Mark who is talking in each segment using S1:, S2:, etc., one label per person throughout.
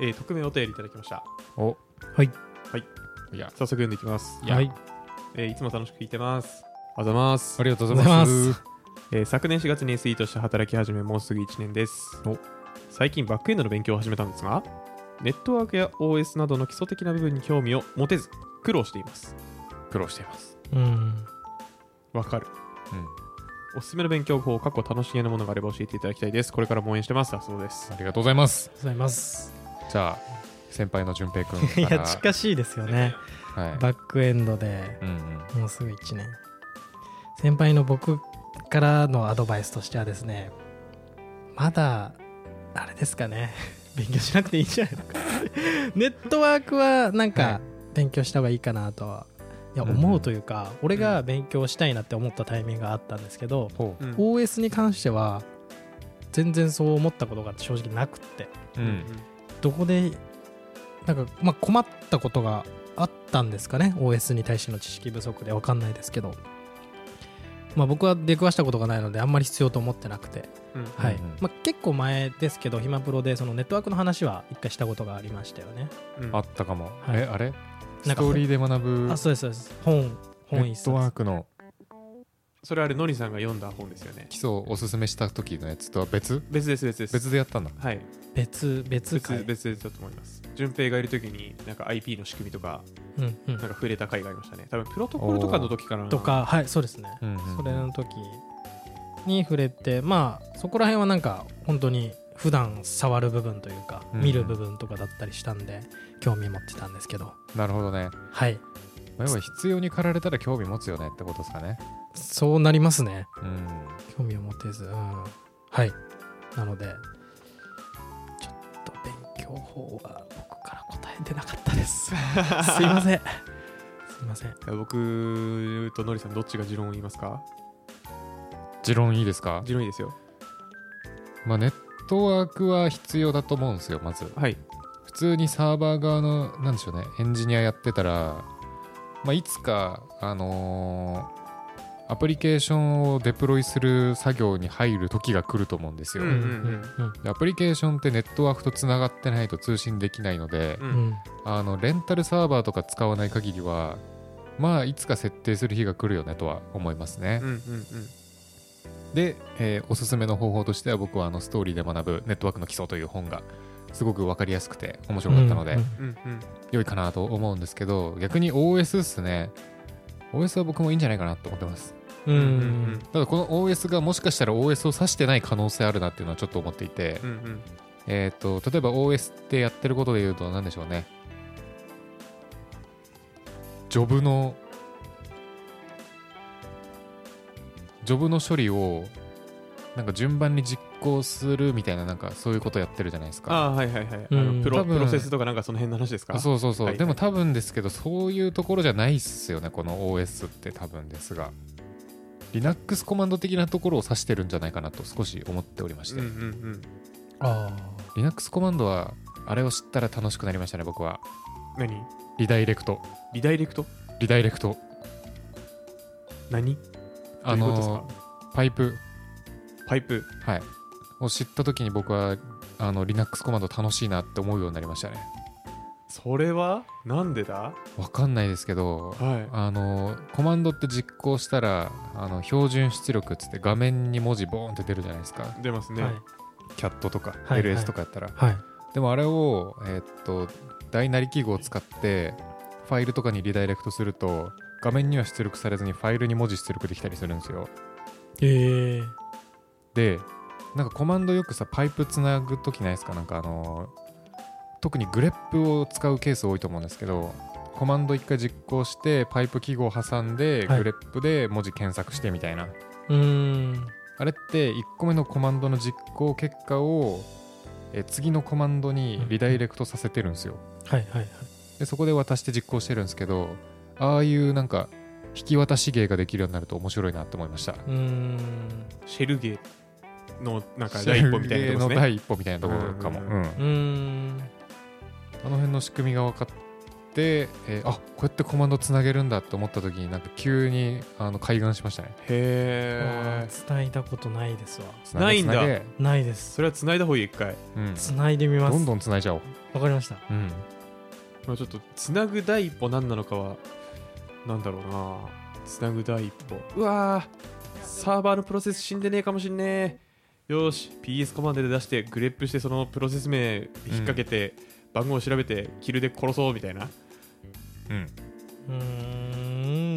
S1: えー、匿名お便りいただきました。
S2: お
S3: はい
S2: いや
S1: 早速読んでいきます。
S2: いや
S3: はい
S1: えーいつも楽しく聞いてます。あざます
S2: あ。りがとうございます
S3: ありが
S1: えー昨年4月に SE として働き始めもうすぐ1年です
S2: お
S1: 最近バックエンドの勉強を始めたんですがネットワークや OS などの基礎的な部分に興味を持てず苦労しています
S2: 苦労しています、
S3: うん
S1: わかる
S2: うん、
S1: おすすめの勉強法過去楽しげなものがあれば教えていただきたいですこれからも応援してますだそうです
S2: ありがとうございます
S3: ございます
S2: じゃあ先輩の淳平君
S3: い
S2: から
S3: や近しいですよね
S2: はい
S3: バックエンドで
S2: うんうん
S3: もうすぐ1年先輩の僕からのアドバイスとしてはですねまだあれですかね 勉強しなくていいんじゃないのか ネットワークはなん
S2: は
S3: か
S2: い
S3: 勉強した方がいいかなとはいや
S2: うんうん
S3: 思うというか、俺が勉強したいなって思ったタイミングがあったんですけど、
S2: ほ
S3: OS に関しては全然そう思ったことが正直なくって
S2: う、うん、
S3: どこでなんか、まあ、困ったことがあったんですかね OS に対しての知識不足で分かんないですけど、まあ、僕は出くわしたことがないのであんまり必要と思ってなくて、
S1: うん
S3: はい
S2: うんうん
S3: まあ、結構前ですけど暇プロでそのネットワークの話は一回したことがありましたよね
S1: うん
S2: あったかも、
S3: はい
S2: えあれ
S3: な
S2: ス
S3: んか
S2: トーリーで学ぶ
S3: あそうですそうです本
S2: ネッ
S3: 本一
S2: ト
S3: 冊
S2: ワークの
S1: それあれのりさんが読んだ本ですよね
S2: 基礎をおすすめした時のやつとは別
S1: 別です別です
S2: 別でやったんだ
S1: はい
S3: 別別
S1: 別
S3: 回
S1: 別々だと思います順平がいるときになんか IP の仕組みとか
S3: うんう
S1: なん
S3: ん
S1: か触れた回がありましたね多分プロトコルとかの時かな
S3: とかはいそうですね、
S2: うんうん
S3: それの時に触れてまあそこら辺はなんか本当に普段触る部分というか、
S2: うん
S3: 見る部分とかだったりしたんで興味持ってたんですけど
S2: なるほどね
S3: はい
S2: まあ要は必要に駆られたら興味持つよねってことですかね
S3: そうなりますね
S2: うん
S3: 興味を持てずうんはいなのでちょっと勉強法は僕から答えてなかったですすいませんすいません
S1: 僕とのりさんどっちが持論を言いますか
S2: 持論いいですか
S1: 持論いいですよ
S2: まあネットワークは必要だと思うんですよまず
S1: はい
S2: 普通にサーバー側のなんでしょうねエンジニアやってたら、まあ、いつかあのーアプリケーションをデプロイする作業に入る時が来ると思うんですよ、
S1: うんうん
S2: でアプリケーションってネットワークとつながってないと通信できないので、
S1: う
S3: うんんうん
S2: あのレンタルサーバーとか使わない限りはまあいつか設定する日が来るよねとは思いますね
S1: うん、うん
S2: で、えーおすすめの方法としては僕はあのストーリーで学ぶネットワークの基礎という本がすごく分かりやすくて面白かったので、
S3: うんう
S1: う
S3: ん
S1: んうんうん
S2: 良いかなと思うんですけど逆に OS っすね OS は僕もいいんじゃないかなと思ってます
S3: う
S1: うん
S3: ん
S1: うん
S2: ただこの OS がもしかしたら OS を指してない可能性あるなっていうのはちょっと思っていて、
S1: うんうん
S2: えっ、と例えば OS ってやってることで言うと何でしょうねジョブのジョブの処理をなんか順番に実行するみたいななんかそういうことやってるじゃないですか
S1: ああーはいはいはいあ
S3: うん
S1: のプ
S2: 多
S1: ロ
S2: 分
S1: プロセスとかなんかその辺の話ですか
S2: そうそうそう、
S1: はいはい
S2: でも多分ですけどそういうところじゃないっすよねこの OS って多分ですが Linux コマンド的なところを指してるんじゃないかなと少し思っておりまして、
S1: うんうん
S3: ああ
S2: Linux コマンドはあれを知ったら楽しくなりましたね僕は
S1: うん何
S2: リダイレクト
S1: リダイレクト
S2: リダイレクト
S1: 何どう
S2: あ
S1: いうことです
S2: の
S1: か
S2: パイプ
S1: パイプ
S2: はいを知った時に僕はあの Linux コマンド楽しいなって思うようになりましたね
S1: それはなんでだ
S2: わかんないですけど
S1: は
S2: あのコマンドって実行したらあの標準出力っつって画面に文字ボーンって出るじゃないですか
S1: い出ますね
S3: はい
S2: キャットとか
S3: はいはい
S2: LS とかやったら、
S3: はい
S2: でもあれを、えーっと大なり記号を使ってファイルとかにリダイレクトすると画面には出力されずにファイルに文字出力できたりするんですよ
S3: ええ
S2: でなんかコマンドよくさパイプつなぐ時ないですかなんかあの特にグレップを使うケース多いと思うんですけどコマンド一回実行してパイプ記号を挟んで、
S3: はい
S2: グレップで文字検索してみたいな
S3: うーん
S2: あれって1個目のコマンドの実行結果をえー次のコマンドにリダイレクトさせてるんですよ。
S3: はいはいはい
S2: でそこで渡して実行してるんですけどああいうなんか引き渡し芸ができるようになると面白いなと思いました。
S3: うーん
S1: シェルゲーのなんか第一歩みたいなとこ
S2: シェルゲーの
S1: ですね
S2: 第一歩みたいなところかも。
S1: う
S2: うんん
S1: うん
S3: うーん
S2: あの辺の仕組みが分かって、えーあこうやってコマンドつなげるんだって思った時になんか急にあの開眼しましたね
S1: へえ
S3: 伝いだことないですわ
S2: つげ
S1: ないんだ
S2: つげ
S3: ないです
S1: それは繋いだ方がいい一回、
S2: うん、
S3: 繋いでみます
S2: どんどんつないじゃおう、
S3: わかりました
S2: うん、
S1: まあ、ちょっと繋ぐ第一歩何なのかはなんだろうな繋ぐ第一歩うわーサーバーのプロセス死んでねえかもしんねえよーし PS コマンドで出してグレップしてそのプロセス名引っ掛けて、番号を調べてキルで殺そうみたいな
S2: うん、
S3: う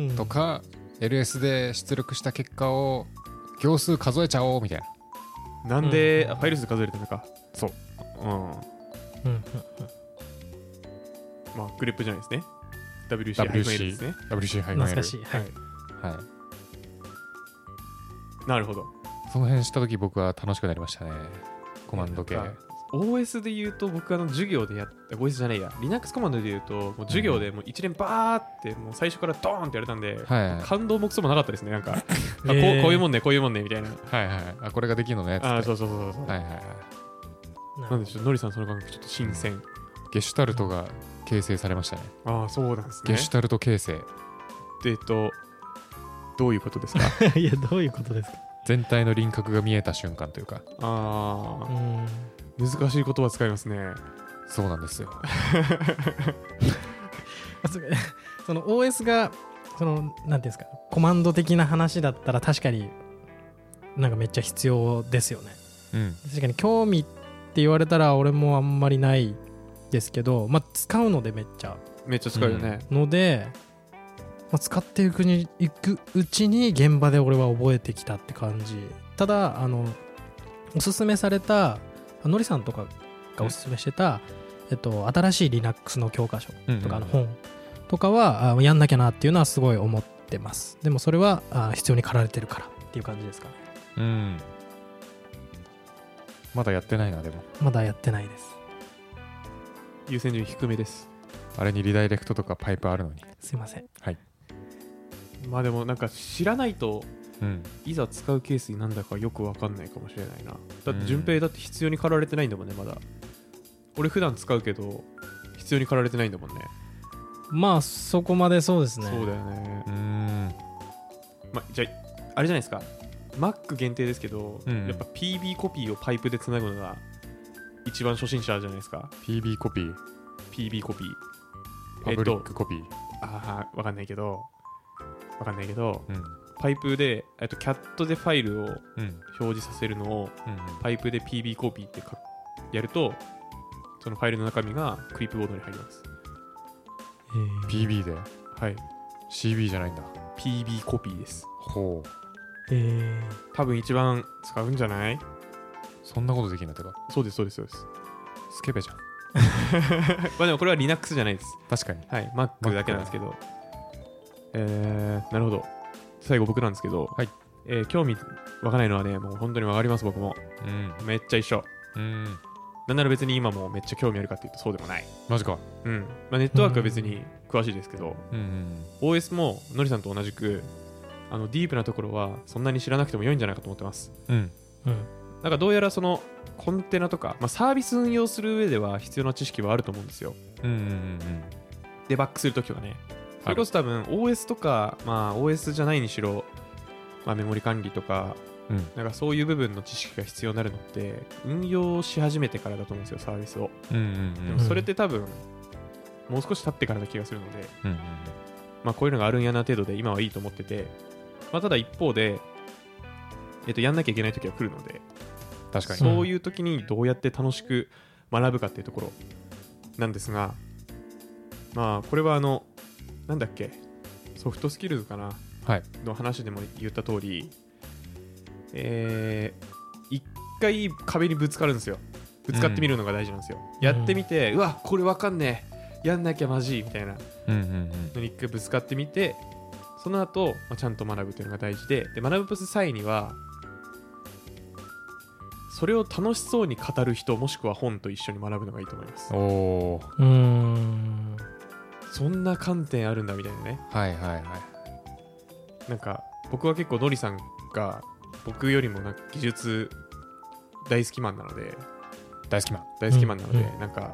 S3: ーん
S2: とか LS で出力した結果を行数数えちゃおうみたいな
S1: なんで、
S3: うん
S1: あファイル数数えるためか
S2: そう
S1: うん
S3: うんうん
S1: まあグレップじゃないですね WC ハイフン L ですね
S2: WC WC ハ
S3: う
S2: イ
S3: ん
S2: フン L
S3: 懐かしいはい
S2: はい、
S1: なるほど
S2: その辺した時僕は楽しくなりましたねコマンド系
S1: なんか OS で言うと僕あの授業でやった OS じゃねえや Linux コマンドで言うともう授業でもう一連バーってもう最初からドーンってやれたんで、
S2: はいはい
S1: 感動もクソもなかったですねなん かあこうこう
S3: えー
S1: いうもんねこういうもんねみたいな
S2: はいはいあこれができるのねっつって
S1: あーそうそうそうそう、
S2: はいはいはい
S3: な
S1: な
S3: る
S1: んで
S3: ほ
S1: ちょっとノリさんその感覚ちょっと新鮮、
S2: ゲシュタルトが形成されましたね
S1: ああそうなんですね
S2: ゲシュタルト形成
S1: でえっとどういうこと ですか
S3: ど いやどういうことですか
S2: 全体の輪郭が見えた瞬間というか
S1: あ
S3: う
S1: あ
S3: ん
S1: 難しい言葉使いますね
S2: そうなんですよ
S3: あそうか その OS がそのなんていうんですかコマンド的な話だったら確かになんかめっちゃ必要ですよね
S2: うん
S3: 確かに興味って言われたら俺もあんまりないですけどまあ使うのでめっちゃ
S1: めっちゃ使うよね、
S3: ので、まあ、使っていくにいくうちに現場で俺は覚えてきたって感じただあのおすすめされたあのりさんとかがおすすめしてた、えっと、新しい Linux の教科書
S2: うん
S3: とかの本とかは、あやんなきゃなっていうのはすごい思ってますでもそれはあ必要に駆られてるからっていう感じですかね
S2: うんまだやってないなでも
S3: まだやってないです
S1: 優先順位低めです
S2: あれにリダイレクトとかパイプあるのに
S3: すいません
S1: まあでもなんか知らないと
S2: うん
S1: いざ使うケースになんだかよくわかんないかもしれないなだっ
S2: う
S1: て
S2: ん
S1: 順平だって必要に駆られてないんだもんねまだ俺普段使うけど必要に駆られてないんだもんね
S3: まあそこまでそうですね
S1: そうだよね
S2: う、ん
S1: ま、じゃああれじゃないですか Mac 限定ですけど、
S2: うん
S1: やっぱ PB コピーをパイプでつなぐのが一番初心者じゃないですか
S2: PB コピー
S1: PB コピー
S2: パブリックコピー、
S1: ああわかんないけどわかんないけど
S2: うん
S1: パイプでえっとキャットでファイルを
S2: うん
S1: 表示させるのを
S2: うん
S1: パイプで PB コピーってかやると、そのファイルの中身がクリップボードに入ります。
S3: えー
S2: PB で
S1: はい。
S2: CB じゃないんだ
S1: PB コピーです。
S2: ほう
S3: えー
S1: 多分一番使うんじゃない
S2: そんなことできんのてか
S1: そうです、そうです、そうです。
S2: スケベじゃん
S1: まあでもこれは Linux じゃないです。
S2: 確かに
S1: はい。Mac だけなんですけど。えー、なるほど。最後僕なんですけど、
S2: はい
S1: えー興味わかないのはね、もう本当にわかります、僕も。
S2: うん
S1: めっちゃ一緒。
S2: うん
S1: なんなら別に今もめっちゃ興味あるかっていうとそうでもない。
S2: マジか
S1: うん。まあネットワークは別に詳しいですけど、
S2: うん
S1: OS ものりさんと同じくあのディープなところはそんなに知らなくても良いんじゃないかと思ってます
S2: うん
S3: うん
S1: なんかどうやらそのコンテナとか、まあ、サービス運用する上では必要な知識はあると思うんですよ
S2: うんうんうん
S1: デバッグするときはねそれこそ多分 OS とか、まあ、OS じゃないにしろ、まあ、メモリ管理とか
S2: うん
S1: なんかそういう部分の知識が必要になるのって運用し始めてからだと思うんですよサービスを
S2: うんうん
S1: で
S2: う
S1: も
S2: ん
S1: それって多分もう少し経ってからな気がするので
S2: うん
S1: まあ、こういうのがあるんやな程度で今はいいと思ってて、まあ、ただ一方で、えっとやんなきゃいけない時は来るので、
S2: 確かに
S1: そういう時にどうやって楽しく学ぶかっていうところなんですが、まあ、これはあの、なんだっけ、ソフトスキルズかな、
S2: はい
S1: の話でも言った通り、えー一回壁にぶつかるんですよ。ぶつかってみるのが大事なんですよ。
S3: うん
S1: やってみて、うわ、これわかんねえ、やんなきゃまじいみたいな。
S2: うんうん
S1: のに一回ぶつかってみてその後、まあちゃんと学ぶというのが大事でで学ぶ際にはそれを楽しそうに語る人もしくは本と一緒に学ぶのがいいと思います
S2: うんおお
S3: うーん
S1: そんな観点あるんだみたいなね
S2: はいはいはい
S1: なんか僕は結構のりさんが僕よりもなんか技術大好きマンなので
S2: 大好きマン
S1: 大好きマンなので、
S3: うん
S1: なんか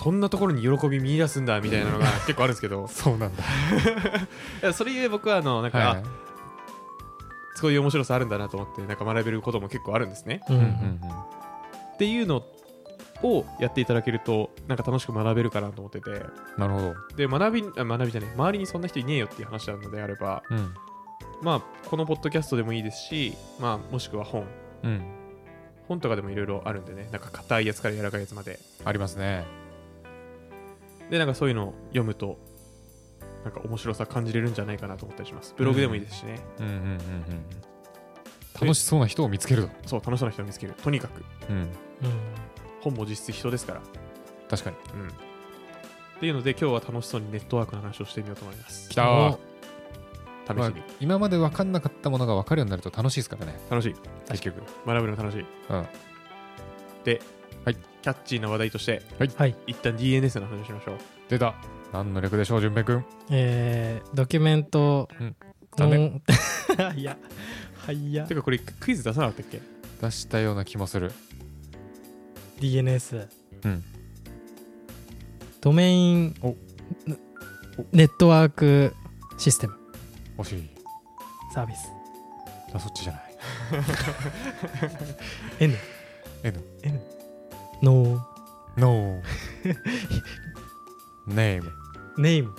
S1: そんなところに喜び見出すんだみたいなのが結構あるんですけど
S2: そ うなんだ。
S1: いやそれゆえ僕はあのなんか、
S2: は
S1: あそういう面白さあるんだなと思ってなんか学べることも結構あるんですね。
S3: うん
S2: い。
S3: う
S2: うんう
S3: ん
S2: んうん
S1: っていうのをやっていただけるとなんか楽しく学べるかなと思ってて
S2: なるほど。
S1: で学びあ学びじゃない周りにそんな人いねえよっていう話なのであれば
S2: うん。
S1: まあこのポッドキャストでもいいですしまあもしくは本
S2: うん。
S1: 本とかでもいろいろあるんでねなんか硬いやつから柔らかいやつまで
S2: ありますね。
S1: でなんかそういうのを読むとなんか面白さ感じれるんじゃないかなと思ったりしますブログでもいいですしね、
S2: うんうんうんうん。楽しそうな人を見つけると。
S1: そう楽しそうな人を見つけるとにかく
S2: うん。
S1: 本も実質人ですから
S2: 確かに。
S1: うんっていうので今日は楽しそうにネットワークの話をしてみようと思います
S2: きたー
S3: お
S1: 試しに、
S2: まあ今まで分かんなかったものが分かるようになると楽しいですからね。
S1: 楽しい
S2: 結局。
S1: 学ぶの楽しい
S2: うん。
S1: で、
S2: はい
S1: キャッチーな話題として
S3: はい
S1: 一旦 DNS の話をしましょう
S2: 出た。何の略でしょう、淳平君。
S3: えードキュメント
S2: うん残念
S3: の いやはいや
S1: てかこれクイズ出さなかったっけ
S2: 出したような気もする。
S3: DNS
S2: うん
S3: ドメイン
S2: お
S3: ネットワークシステム
S2: 惜しい。
S3: サービス
S2: あ、そっちじゃない。
S3: N
S2: N
S3: N の
S2: No ネーム。
S3: ネーム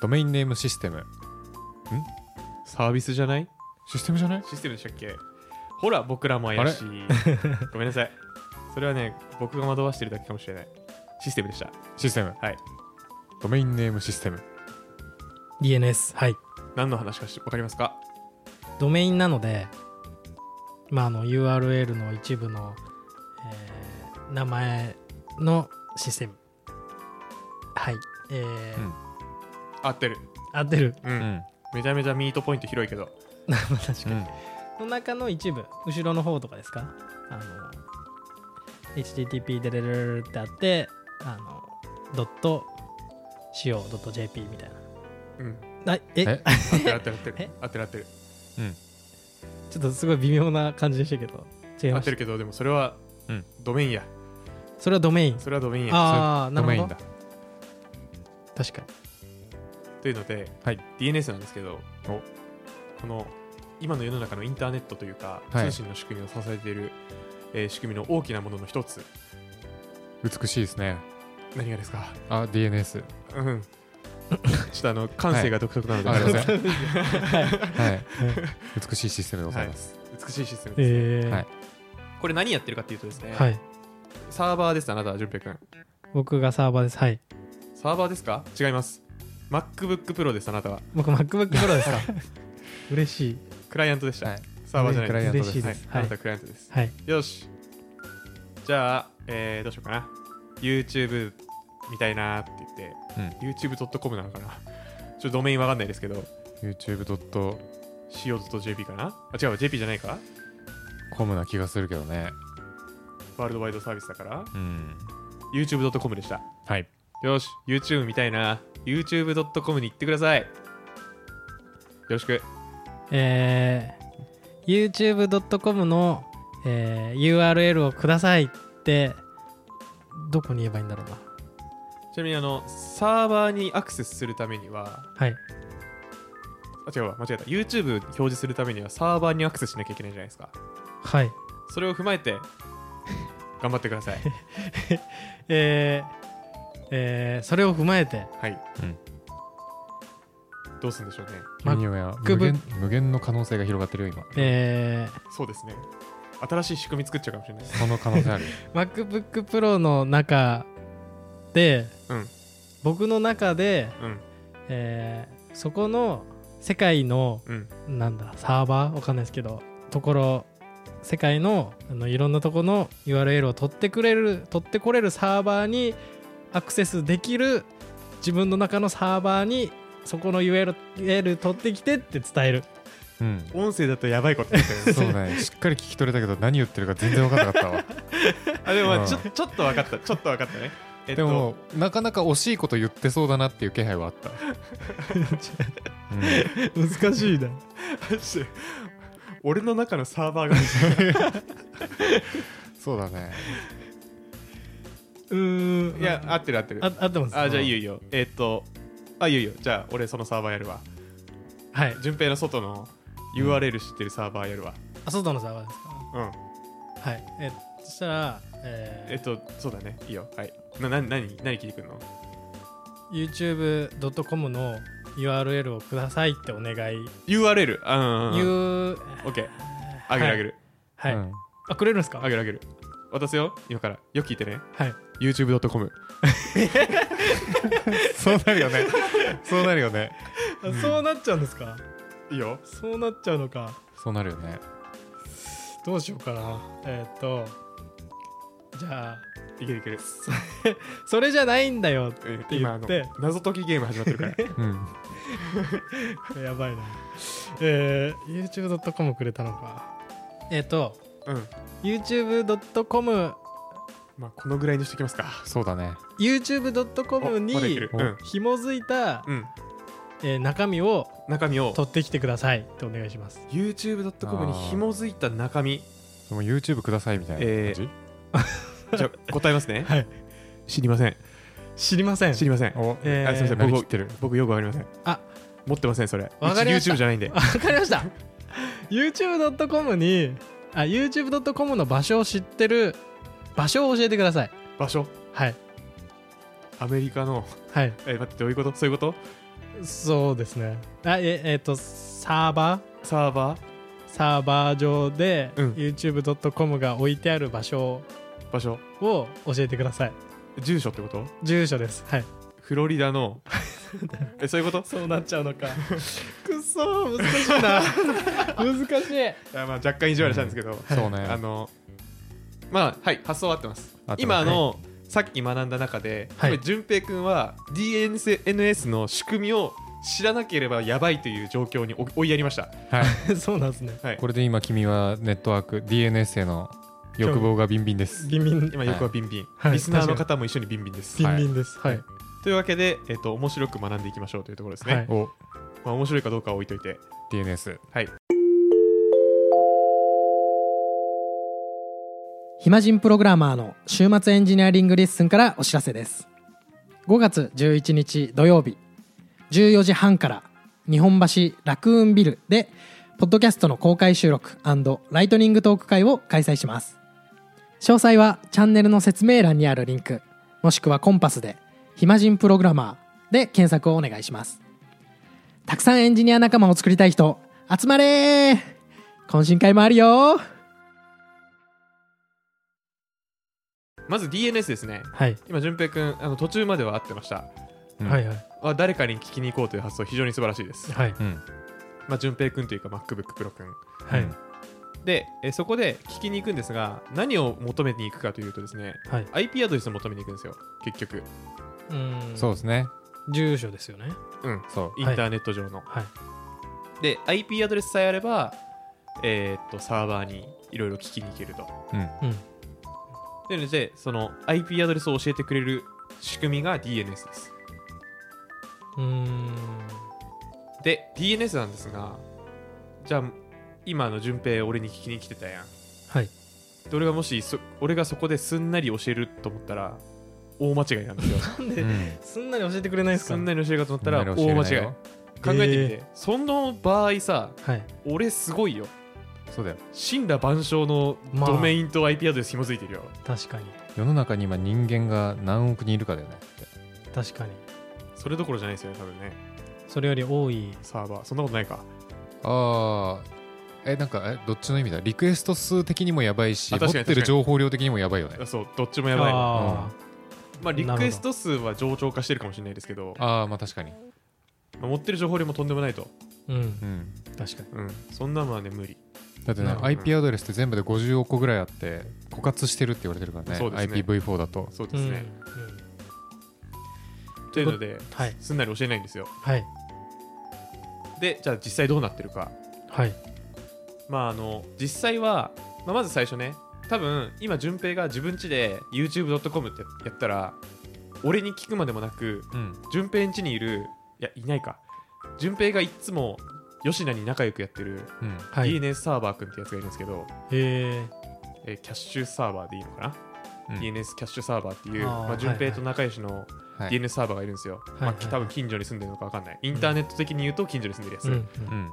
S2: ドメインネームシステム。
S1: サービスじゃない
S2: システムじゃない
S1: システムでしたっけほら僕らも怪しい ごめんなさいそれはね僕が惑わしてるだけかもしれないシステムでした
S2: システム。
S1: はい
S2: ドメインネームシステム。
S3: DNS はい
S1: 何の話かし分かりますか
S3: ドメインなので、まあ、あの URL の一部の、えー名前のシステムはいえー
S2: うん
S1: 合ってる
S3: 合ってる
S1: う、
S2: うんん。
S1: めちゃめちゃミートポイント広いけど
S3: まあ確か
S2: う
S3: に、
S2: ん。
S3: の中の一部後ろの方とかですかあの HTTP でレレレレってあってあのドット CO.jp みたい
S1: うん
S3: なあえ
S2: え
S1: 合ってる合ってる合ってる
S3: え
S1: 合ってる合ってる
S3: ちょっとすごい微妙な感じでしたけど違い
S1: 合
S3: ま
S1: って
S3: した
S1: るけどでもそれは
S2: うん
S1: ドメインや
S3: それはドメイン
S1: それはドメインや
S3: ああな
S2: ドメ
S3: る
S2: イ
S3: ほ
S2: ン
S3: ど
S2: だ。
S3: 確かに
S1: というので、
S2: はい
S1: DNS なんですけど
S2: お
S1: この今の世の中のインターネットというか、
S2: はい
S1: 通信の仕組みを支えている、えー仕組みの大きなものの一つ
S2: 美しいですね。
S1: 何がですか
S2: あ、DNS。
S1: うんちょっとあの感性が独特なので、
S2: わかりま せん。
S3: はい
S2: はい。美しいシステムでございます。
S1: 美しいシステムです、ね
S3: えー
S2: はい
S1: これ何やってるかっていうとですね、
S3: はい。
S1: サーバーですあなた淳平君
S3: 僕がサーバーです。はい。
S1: サーバーですか違います MacBookPro ですあなたは
S3: 僕、MacBook Pro ですか 嬉しい。
S1: クライアントでした、
S2: はい
S1: サーバーじゃない
S2: クライアントです
S3: 嬉しいです。
S1: はい、あ
S3: は
S1: ないた。クライアントです
S3: はい。
S1: よし。じゃあ、えーどうしようかな。YouTube みたいなって言って、YouTube.com なのかな。ちょっとドメインわかんないですけど、
S2: YouTube.com
S1: CO.jp かなあ、違う、JP じゃないか
S2: な気がするけどね。
S1: ワールドワイドサービスだから。
S2: うん。
S1: YouTube.com でした。
S2: はい。
S1: よし、YouTube みたいな。YouTube.com に行ってください。よろしく。
S3: えー、youtube.com の、えー URL をくださいって、どこに言えばいいんだろうな。
S1: ちなみに、あの、サーバーにアクセスするためには、
S3: はい。
S1: あ、違うわ、間違えた。YouTube に表示するためには、サーバーにアクセスしなきゃいけないじゃないですか。
S3: はい。
S1: それを踏まえて、頑張ってください。
S3: えーえーそれを踏まえて、
S1: はい、
S2: うん
S1: どうするんでしょうね
S2: 君には無限無限の可能性が広がってるよ、今。
S3: え
S1: そうですね新しい仕組み作っちゃうかもしれないです
S2: その可能性あ る。
S3: ー MacBook Pro の中で、
S1: うん
S3: 僕の中で、
S1: うん
S3: えーそこの世界の
S1: うん
S3: なんだサーバーわかんないですけどところ世界のあのいろんなとこの URL を取ってくれる取ってこれるサーバーにアクセスできる自分の中のサーバーにそこの URL 取ってきてって伝える
S2: うん。
S1: 音声だとやばいことになっち ゃいます
S2: そうね、しっかり聞き取れたけど何言ってるか全然分からなかった わ。
S1: あでも、まあ、
S2: うん
S1: ちょちょっと分かったちょっと分かったねえっ
S2: で
S1: と
S2: も、なかなか惜しいこと言ってそうだなっていう気配はあった。うん
S3: 難しいな
S1: マジで 俺の中 のサーバーが
S2: そうだね。
S3: うーん
S1: いや合ってる合ってる
S3: あ合ってます
S1: あじゃあいいよいいよえーっとあいいよいいよじゃあ俺そのサーバーやるわ
S3: はい
S1: 順平の外の URL 知ってるサーバーやるわ
S3: あ外のサーバーです
S1: うん
S3: かはいえそしたら、
S1: え
S3: え
S1: っとそうだねいいよはいなな何何聞いてくんの
S3: ー YouTube.com の URL をくださいってお願い
S1: URL あうんうん
S3: 言
S1: うん
S3: う
S1: OK あげるあげる
S3: はい、
S2: うん
S3: あくれるんですか
S1: あげるあげる渡すよ今からよく聞いてね
S3: はい
S1: YouTube.com
S2: そうなるよね。そうなるよね。
S3: あ そうなっちゃうんですか
S1: いいよ
S3: そうなっちゃうのか
S2: そうなるよね。
S3: どうしようかなえーっとじゃあ
S1: いけるいける
S3: それじゃないんだよ
S1: えー
S3: て
S1: 今
S3: 言
S1: あ
S3: っ
S1: の
S3: て
S1: 謎解きゲーム始まってるから
S2: うん。
S3: やばいなえー、YouTube.com くれたのかえっ、と
S1: うん
S3: YouTube.com
S1: まあこのぐらいにしときますか
S2: そうだね。
S3: YouTube.com
S1: おまだい
S3: に
S1: けるうん
S3: 紐づいた、
S1: うん
S3: えー中身を
S1: 中身を
S3: 取ってきてくださいってお願いします
S1: YouTube.com に紐づいた中身
S2: でも YouTube くださいみたいな感じ。
S1: じゃ あ答えますね
S3: はい
S1: 知りません
S3: 知りません
S1: 知りません
S2: お、
S3: えー
S1: あすいません
S2: なり
S1: 僕
S2: きってる
S1: 僕よくわかりません
S3: あ
S1: 持ってませんそれ
S3: わかりました
S1: YouTube じゃないんで
S3: わかりました YouTube.com にあ YouTube.com の場所を知ってる場所を教えてください
S1: 場所
S3: はい
S1: アメリカの
S3: はい
S1: え待ってどういうことそういうこと
S3: そうですねあええっ、とサーバー
S1: サーバー
S3: サーバー上で、
S1: うん
S3: YouTube.com が置いてある場所
S1: 場所
S3: を教えてください
S1: 住所ってこと
S3: 住所ですはい
S1: フロリダ のえそういうこと
S3: そうなっちゃうの かくっそー難しいな 難しい
S1: いやまあ若干意地悪したんですけど、
S2: そうね。
S1: あのまあはい発想は合ってます
S2: 合って
S1: 今
S2: ます
S1: あの、さっき学んだ中で、
S3: はい
S1: やっぱり順平君は DNS の仕組みを知らなければやばいという状況に追追いやりました
S2: はい。
S3: そうなんですね
S1: はい
S2: これで今君はネットワーク DNS への欲望がビンビン です。
S3: ビンビン
S1: 今横はビンビン、
S3: はい
S1: リスナーの方も一緒にビンビンです、
S3: ビンビンですはい
S1: というわけで、えっと面白く学んでいきましょうというところですね、
S3: はい
S2: お、
S1: まあ、面白いかどうかは置いといて
S2: DNS。
S1: はい
S3: 暇人プログラマーの週末エンジニアリングレッスンからお知らせです5月11日土曜日14時半から日本橋ラクーンビルでポッドキャストの公開収録ライトニングトーク会を開催します詳細はチャンネルの説明欄にあるリンクもしくはコンパスで「暇人プログラマー」で検索をお願いしますたくさんエンジニア仲間を作りたい人集まれー懇親会もあるよ
S1: まず DNS ですね
S3: はい、
S1: 今順平君あの途中までは合ってました
S2: うん
S3: はい。はい
S1: あ誰かに聞きに行こうという発想非常に素晴らしいです、
S3: はい
S2: うん。
S1: まあ、順平君というか MacBookPro 君
S3: はい、
S2: うん
S1: でえーそこで聞きに行くんですが何を求めに行くかというとですね
S3: はい
S1: IP アドレスを求めに行くんですよ結局
S3: うん
S2: そうですね。
S3: 住所ですよね
S1: うん
S2: そう。
S1: インターネット上の、
S3: はい
S1: で IP アドレスさえあればえーっとサーバーにいろいろ聞きに行けると
S2: うん。
S3: うん
S1: というのでその IP アドレスを教えてくれる仕組みが DNS です
S3: うーん
S1: で DNS なんですがじゃあ今の順平俺に聞きに来てたやん
S3: はい
S1: で俺がもしそ俺がそこですんなり教えると思ったら大間違いなんですよ
S3: なん
S2: う
S3: で
S2: ん
S3: すんなり教えてくれないですか
S1: すんなり教えるかと思った
S2: そんな
S1: ら
S2: に教
S1: 大
S2: え
S1: 間
S2: れない
S1: 違い
S2: よ
S1: 考えてみて、
S3: え
S1: その場合さ
S3: はい
S1: 俺すごいよ
S2: そうだよ。
S1: 神羅万象の
S3: まあ
S1: ドメインと IP アドレス紐づいてるよ、
S3: 確かに
S2: 世の中に今人間が何億人いるかだよねって。
S3: 確かに
S1: それどころじゃないですよね多分ね
S3: それより多い
S1: サーバーそんなことないか
S2: ああ。え、なんか、え、どっちの意味だリクエスト数的にもやばいし、
S1: あ
S2: 持
S1: 確
S2: っ
S1: かに
S2: てる情報量的にもやばいよね。
S1: そうどっちもやばいわ
S3: あ
S1: まあ、リクエスト数は冗長化してるかもしれないですけど
S2: ああ、まあ確かに。
S1: まあ持ってる情報量もとんでもないと、
S3: ーうん
S2: うん。
S3: 確か
S1: う
S3: に
S1: ん、そんなのはね無理
S2: だって
S3: な
S2: ね
S3: る、ほど
S2: IP アドレスって全部で50億個ぐらいあって、枯渇してるって言われてるからね、
S1: そうですね
S2: IPv4 だと。
S1: そうですね、
S3: うんうん
S1: というので
S3: はい
S1: すんなり教えないんですよ
S3: はい
S1: でじゃあ実際どうなってるか
S3: はい
S1: まああの実際は、まあ、まず最初ね多分今順平が自分家で YouTube.com ってやったら俺に聞くまでもなく
S2: うん。
S1: 順平ん家にいるいやいないか順平がいっつも吉名に仲良くやってる
S2: うん。
S3: はい
S1: DNS サーバーくんってやつがいるんですけど、
S3: えー
S1: えーキャッシュサーバーでいいのかな
S2: うん
S1: DNS キャッシュサーバーっていう、
S3: あー
S1: まあ、順平と仲良しの、
S2: はい
S1: DNS サーバーがいるんですよ、
S3: い
S1: まあ
S3: はいはい
S1: 多分近所に住んでるのか分かんないインターネット的に言うと近所に住んでるやつ、
S3: うん
S2: うん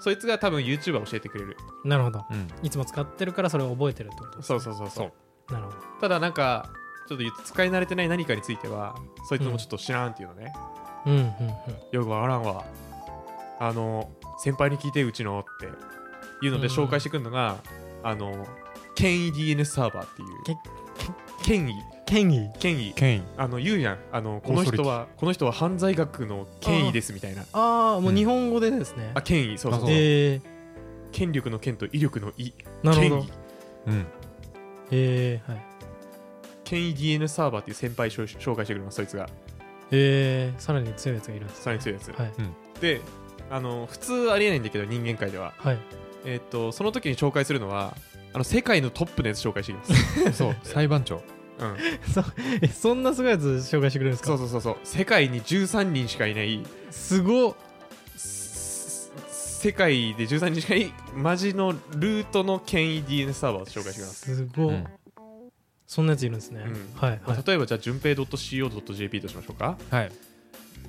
S1: そいつが多分 YouTuber 教えてくれる
S3: うんなるほど
S2: うん
S3: いつも使ってるからそれを覚えてるってことです
S1: そうそうそうそう
S3: なるほど
S1: ただなんかちょっと言って使い慣れてない何かについてはそいつもちょっと知らんっていうのね、
S3: うんうんうん
S1: よくわからんわあの先輩に聞いてうちのっていうので紹介してくるのが、あの権威 DNS サーバーっていう
S3: け
S1: 権威
S3: 権威
S1: 権威
S2: 権威
S1: あの言うやんあのこの人はこの人は犯罪学の権威ですみたいな
S3: ああもう
S2: うん
S3: 日本語でですね
S1: あ権威そうそう
S2: あそう
S3: え
S1: 権力の権と威力の威
S3: ーなるほ
S1: 権
S3: ど
S1: 威
S2: うん
S3: えーはい
S1: 権威 DN サーバーっていう先輩紹紹介してくれますそいつが
S3: えーさらに強いやつがいるんです
S1: さらに強いやつ、
S3: はい
S1: であの普通ありえないんだけど人間界では
S3: はい
S1: えーっとその時に紹介するのはあの世界のトップのやつ紹介してきます、
S2: そう裁判長
S1: うん、
S3: そえそんなすごいやつ紹介してくれるんですか
S1: そうそうそうそう世界に13人しかいない
S3: すごっ
S1: す世界で13人しかいないマジのルートの権威 DN サーバーを紹介してきます、
S3: すごっ、
S2: うん
S3: そんなやついるんですね、
S1: うん
S3: はい
S1: ま
S3: は
S1: あ
S3: い
S1: 例えばじゃあ順平 .co.jp としましょうか
S2: はい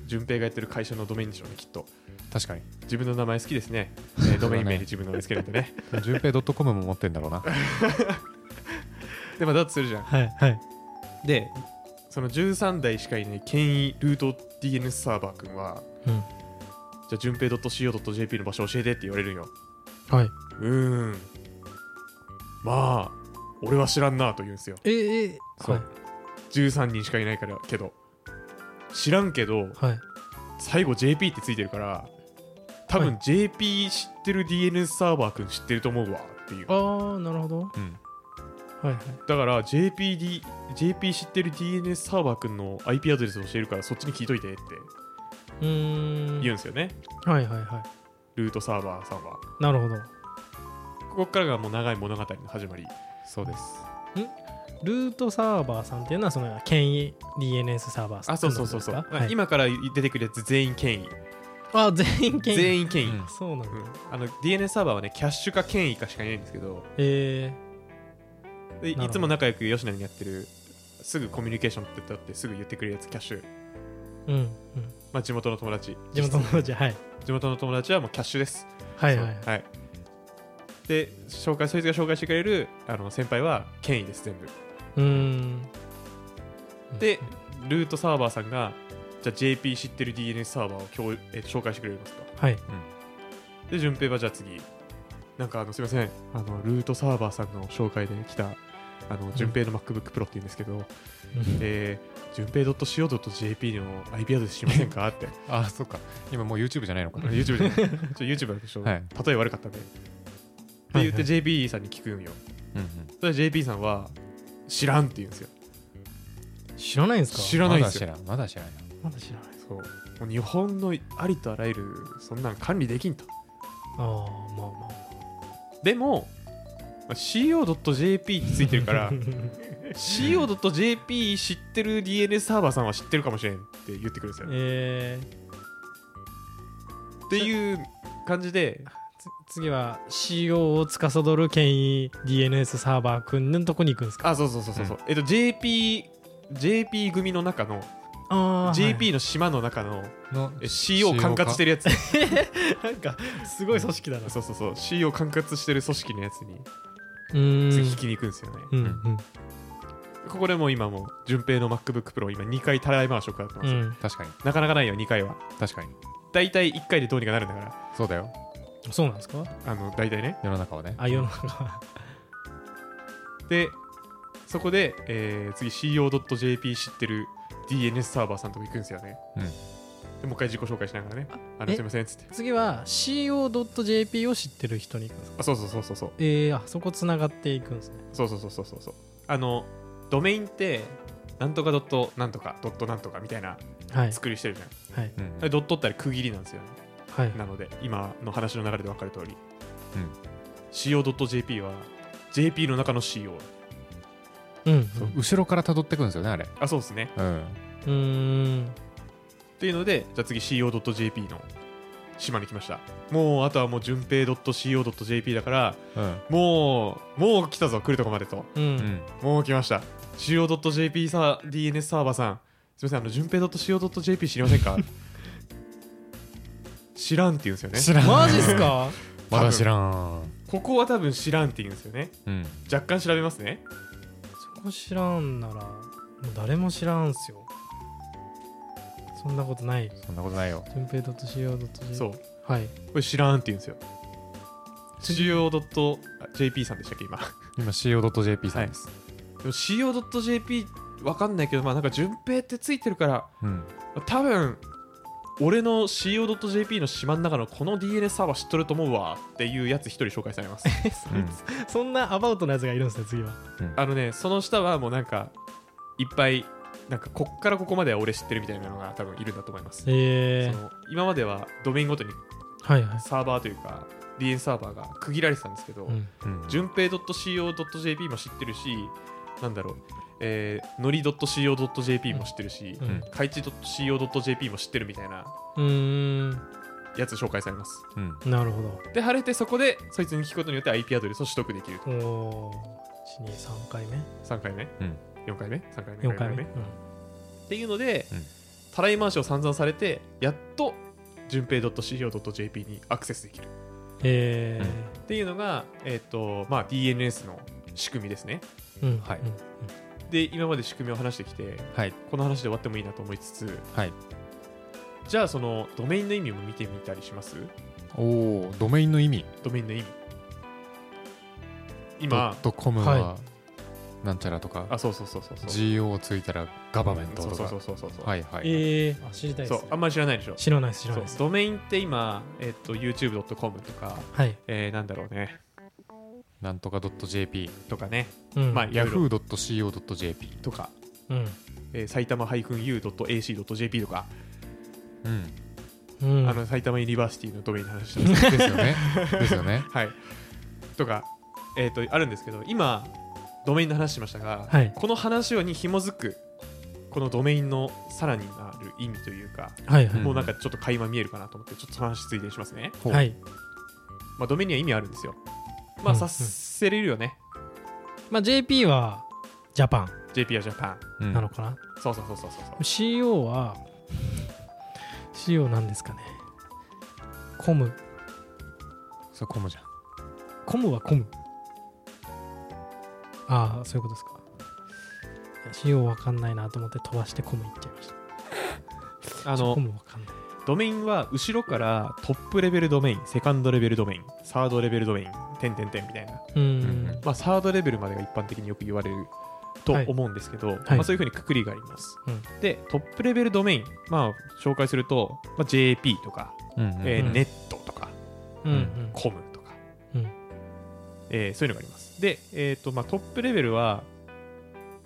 S1: 順平がやってる会社のドメインでしょうねきっと
S2: 確かに
S1: 自分の名前好きですね、えードメイン名で自分の名前つけるとね
S2: 順平 .com も持ってんだろうな
S1: でまあだとするじゃん
S3: はいはい
S1: でその13台しかいない権威ルート DN サーバー君は
S3: うん
S1: じゃあ順平 .co.jp の場所教えてって言われるんよ
S3: はい、
S1: うーんまあ俺は知らんなと言うんですよ
S3: えー、えー
S1: そう13人しかいないからけど知らんけど
S3: はい、はい、
S1: 最後 JP ってついてるから多
S3: は
S1: 分 JP 知ってる DN サーバー君知ってると思うわっていう
S3: ああなるほどは
S2: うん
S3: いはい
S1: だから JPD JP 知ってる DNS サーバー君の IP アドレスを教えるからそっちに聞いといてって
S3: うーん
S1: 言うんですよね、
S3: はいはいは
S1: ルートサーバーさんは。
S3: いなるほど
S1: ここからがもう長い物語の始まり。
S2: そうです
S3: ルートサーバーさんっていうのはその権威 DNS サーバーさん
S1: あ、そうそうそうそう。
S3: ってことですかはい、
S1: 今から出てくるやつ全員権威。
S3: あ全員権威
S1: 全員権威。
S2: う
S1: うんん
S3: そうなんだ、
S1: あの DNS サーバーはね、キャッシュか権威かしかいないんですけど、
S3: え
S1: でい
S3: なるほど
S1: つも仲良く吉野にやってる、すぐコミュニケーションって言ったってすぐ言ってくれるやつ、キャッシュ。
S3: ー、うんうん
S1: まあ、地元の友達。
S3: 地元の友達はい
S1: 地元の友達はもうキャッシュです。
S3: はいはい
S1: そうはい。で、紹介、そいつが紹介してくれるあの先輩は権威です、全部。
S3: うーん
S1: で、ルートサーバーさんが、じゃあ JP 知ってる DNS サーバーを共有え紹介してくれますと。
S3: はい
S1: で、順平はじゃあ次、なんかあのすみません、あのルートサーバーさんの紹介で来た、あの順平の MacBook Pro って言うんですけど、えー、順平 .co.jp の IP アドレス知りませんかって、
S2: あそっか今もう YouTube じゃないのかな
S1: YouTube じゃない、ちょっ と YouTube だとちょっと
S2: はい
S1: 例え悪かったんで。って言って JP さんに聞くんよ。
S2: うん
S1: それで JP さんは、知らんって言うんですよ。
S3: 知らないんですか
S1: 知
S2: うん
S1: らない
S2: ま
S1: んで
S2: だ
S1: す
S2: 知
S1: よ。
S2: らんまだ知らない
S3: まだ知らない
S1: そうもう日本のありとあらゆる、そんなん管理できんと。
S3: ああまあまあ
S1: でも、まあ co.jp ってついてるから co.jp 知ってる DNS サーバーさんは知ってるかもしれんって言ってくるんですよ。
S3: えー、
S1: っていう感じで
S3: つ次は CO を司る権威 DNS サーバー君のとこに行くんですか
S1: あそうそうそうそうそう、えっと JP JP 組の中の
S3: あ
S1: JP の島の中の
S2: の
S1: え CO を管轄して
S2: る
S1: るやつ
S3: なんかすごい組織だな
S1: そうそうそう CO を管轄してる組織のやつに
S3: うん
S1: 次聞きに行くんですよね、
S3: うんうん
S1: ここでもう今もう順平の MacBookPro 今2回たらい回しを食らってます、
S3: うん
S2: 確かに
S1: なかなかないよ2回は
S2: 確かに
S1: 大体1回でどうにかなるんだか
S2: そうだよ
S3: そうなんですから
S1: あの大体ね
S2: 世の中はね
S3: あ世の中
S1: でそこで、えー次 CO.jp 知ってる DNS サーバーさんとこ行くんですよね、
S2: うん
S1: でもう一回自己紹介しながらねあの
S3: え
S1: すいませんっつって
S3: 次は CO.jp を知ってる人に行くんですか
S1: あそうそうそうそうそう
S3: えー、あそこつながっていくんですね
S1: そうそうそうそうそうそうあのドメインってなんとかドットなんとかドットなんとかみたいな
S3: はい
S1: 作りしてるじゃん、
S3: はい
S2: うん
S1: あれドットったら区切りなんですよね
S3: はい
S1: なので今の話の流れで分かる通り、
S2: うん、
S1: CO.jp は JP の中の CO
S3: うんうん
S2: そう後ろから辿ってくんですよねあれ
S1: あそうですね
S2: うん
S3: うーん
S1: っていうので、じゃあ次 CO.jp の島に来ました。もうあとはもう順平 .co.jp だから、
S2: うん
S1: もう、もう来たぞ、来るとこまでと。
S2: う
S3: う
S2: んん
S1: もう来ました。 CO.jp さ DNS サーバーさんすみませんあの順平 .co.jp 知りませんか知らんって言うんですよね
S2: 知らん
S3: マジっす か
S2: まだ知らん
S1: ここは多分知らんって言うんですよね
S2: うん
S1: 若干調べますね
S3: そこ知らんならもう誰も知らんすよそんなことない
S2: そんなことないよ
S3: 順平 .co.jp
S1: そう
S3: はい
S1: これ知らんって言うんですよ CO.jp さんでしたっけ今
S2: 今 CO.jp さんです、
S1: でも CO.jp わかんないけどまあなんか順平ってついてるから
S2: うん
S1: 多分俺の CO.jp の島の中のこの DNS サーバー知っとると思うわっていうやつ一人紹介され ます
S3: えそ,、
S2: うん
S3: そんなアバウトなやつがいるんですね次は
S1: あのねその下はもうなんかいっぱいなんかこっからここまでは俺知ってるみたいなのが多分いるんだと思います、
S3: え
S1: その今まではドメインごとに
S3: はいはい、
S1: サーバーというか DNS サーバーが区切られてたんですけど、
S3: うん、
S2: うん
S1: 順平 .co.jp も知ってるしなんだろう、えー、のり .co.jp も知ってるし、
S3: うん
S1: かいち .co.jp も知ってるみたいな
S3: うーん
S1: やつ紹介されます
S2: うん
S3: なるほど
S1: で晴れてそこでそいつに聞くことによって IP アドレスを取得できると
S3: お1 2 3回目
S1: 3回目、
S2: うん
S1: 4回目3回目
S3: 4回
S1: 五
S3: 目、
S1: っていうので、
S2: うん
S1: たらい回しを散々されてやっと順平 .co.jp にアクセスできる
S3: え
S1: っていうのが、えっとまあ、DNS の仕組みですね
S3: ーうん
S2: はい
S3: うん
S1: で今まで仕組みを話してきて
S2: はい
S1: この話で終わってもいいなと思いつつ
S2: はい
S1: じゃあそのドメインの意味も見てみたりします
S2: おおドメインの意味
S1: ドメインの意味今
S2: ドットコムは、
S3: は
S2: なんちゃらとか
S1: あそうそうそうそうそう
S2: GO ついたらガバメントと
S1: そう
S2: か
S1: そうそうそうそうそう、
S2: はいはい、
S3: えー、あ知りたいで
S1: そう
S3: す、ね
S1: あんまり知らないでしょ
S3: 知らないです知らな
S1: そ
S3: いうです
S1: ドメインって今、えっと YouTube.com とか、
S3: はい、
S1: えーなんだろうね
S2: なんとか .jp
S1: とかね、
S3: うん、
S1: まあいろいろ
S2: yahoo.co.jp
S1: とか、
S3: うん
S1: えー、埼玉 -u.ac.jp とか、
S2: うん
S3: うん
S1: あの埼玉ユニバーシティのドメインの話 してます
S2: ですよねですよね
S1: はいとか、えっとあるんですけど今ドメインの話しましたが、
S3: はい
S1: この話をに紐づくこのドメインのさらになる意味というか、
S3: はいはい、
S1: もうなんかちょっと垣間見えるかなと思ってちょっとその話ついでにしますね、
S2: ほう
S3: はい
S1: まあ、ドメインには意味あるんですよまあ
S3: うんうん
S1: 察せれるよね、
S3: まあ JP はジャパン
S1: JP はジャパン
S2: うん
S3: なのかな、
S1: そうそうそうそうそうそう
S3: CO は CO なんですかねコム
S2: それコムじゃん
S3: コムはコムああそういうことですかいや CO わかんないなと思って飛ばしてコムいっちゃいました
S1: あ
S3: コ
S1: の
S3: ムわかんない
S1: ドメインは後ろからトップレベルドメイン、セカンドレベルドメイン、サードレベルドメイン、点点点みたいな、
S3: うー
S2: うんうんん
S1: まあ、サードレベルまでが一般的によく言われると
S3: はい
S1: 思うんですけど、まあ、そういうふうにくくりがあります。
S3: うん
S1: で、トップレベルドメイン、まあ、紹介すると、まあ、JP とか、
S2: うんうん
S1: えー
S3: うん
S1: ネットとか、
S3: うんうん
S1: コムとか、
S3: うん
S1: えーそういうのがあります。で、えーとまあ、トップレベルは、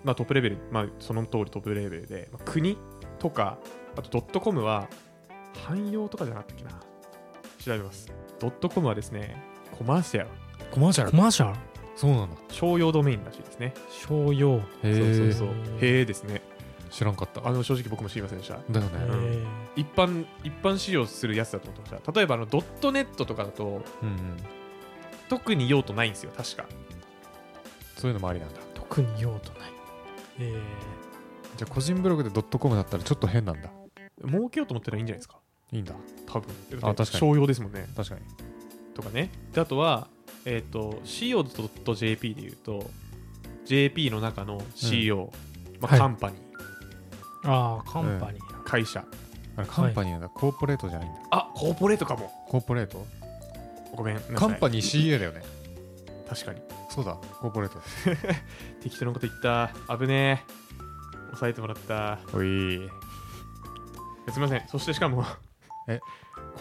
S1: まあ、トップレベル、まあ、その通りトップレベルで、まあ国とか、あとドットコムは、汎用とかじゃなかったっけな。調べます。ドットコムはですね、コマーシャル、
S2: コマーシャル
S3: コマーシャル
S2: そうなんだ
S1: 商用ドメインらしいですね。
S3: 商用
S2: へ
S1: そうそう
S2: え
S1: そう。へえですね。
S2: 知らんかった
S1: あの正直僕も知りませんでした。
S2: だよ
S3: え
S2: ね
S3: ー
S1: 一般一般使用するやつだと思ってました。例えばあのドットネットとかだと
S2: うんうん
S1: 特に用途ないんですよ、確か。
S2: そういうのもありなんだ
S3: 特に用途ないえ
S2: じゃあ個人ブログでドットコムだったらちょっと変なんだ
S1: 儲けようと思ったらいいんじゃないですか。
S2: いいんだ
S1: 多分
S2: あ確かに
S1: 商用ですもんね
S2: 確かに
S1: とかねであとはえっ、と CO.jp で言うと JP の中の CO、まあ
S3: はい
S1: カンパニー
S3: ー、ああカンパニー、
S1: 会社
S2: あれカンパニーなんだ、コーポレートじゃないんだ
S1: あコーポレートかも
S2: コーポレート
S1: ごめんなさい
S2: カンパニー CA だよね
S1: 確かに
S2: そうだコーポレート
S1: 適当なこと言った危ねえ抑えてもらった
S2: おい
S1: すみませんそしてしかも
S2: え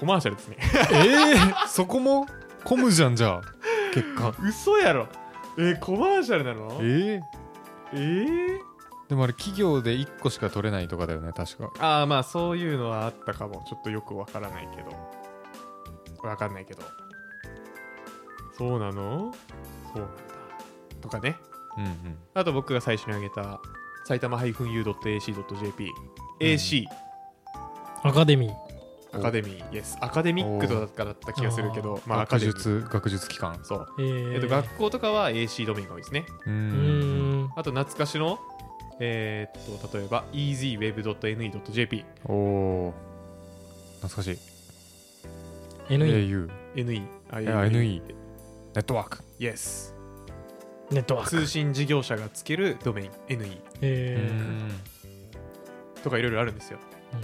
S1: コマーシャルですね
S2: えー、そこもコムじゃんじゃあ結果
S1: 嘘やろえーコマーシャルなの
S2: え
S1: え
S2: ー、
S1: ー
S2: でもあれ企業で1個しか取れないとかだよね確か
S1: ああまあそういうのはあったかもちょっとよくわからないけどわかんないけどそうなのそうなんだとかね
S2: うんうん
S1: あと僕が最初に挙げた埼玉 -u.ac.jp AC、
S3: アカデミー
S1: アカデミー Yes アカデミックとだっただった気がするけどまあアカデ
S2: 学
S1: ミー
S2: 術学術機関
S1: そう
S3: えー
S1: えっと、学校とかは AC ドメインが多いですね
S2: うー
S3: うー
S2: ん
S3: ん
S1: あと懐かしのえーっと、例えば easyweb.ne.jp、
S2: おお懐かしい
S3: NE
S2: au
S1: NE、あ
S2: いや NE ネットワーク
S1: Yes。
S3: ネットワーク
S1: 通信事業者がつけるドメイン、NE
S2: う
S3: えー
S2: ん
S1: とかいろいろあるんですよ。
S3: うん
S1: っ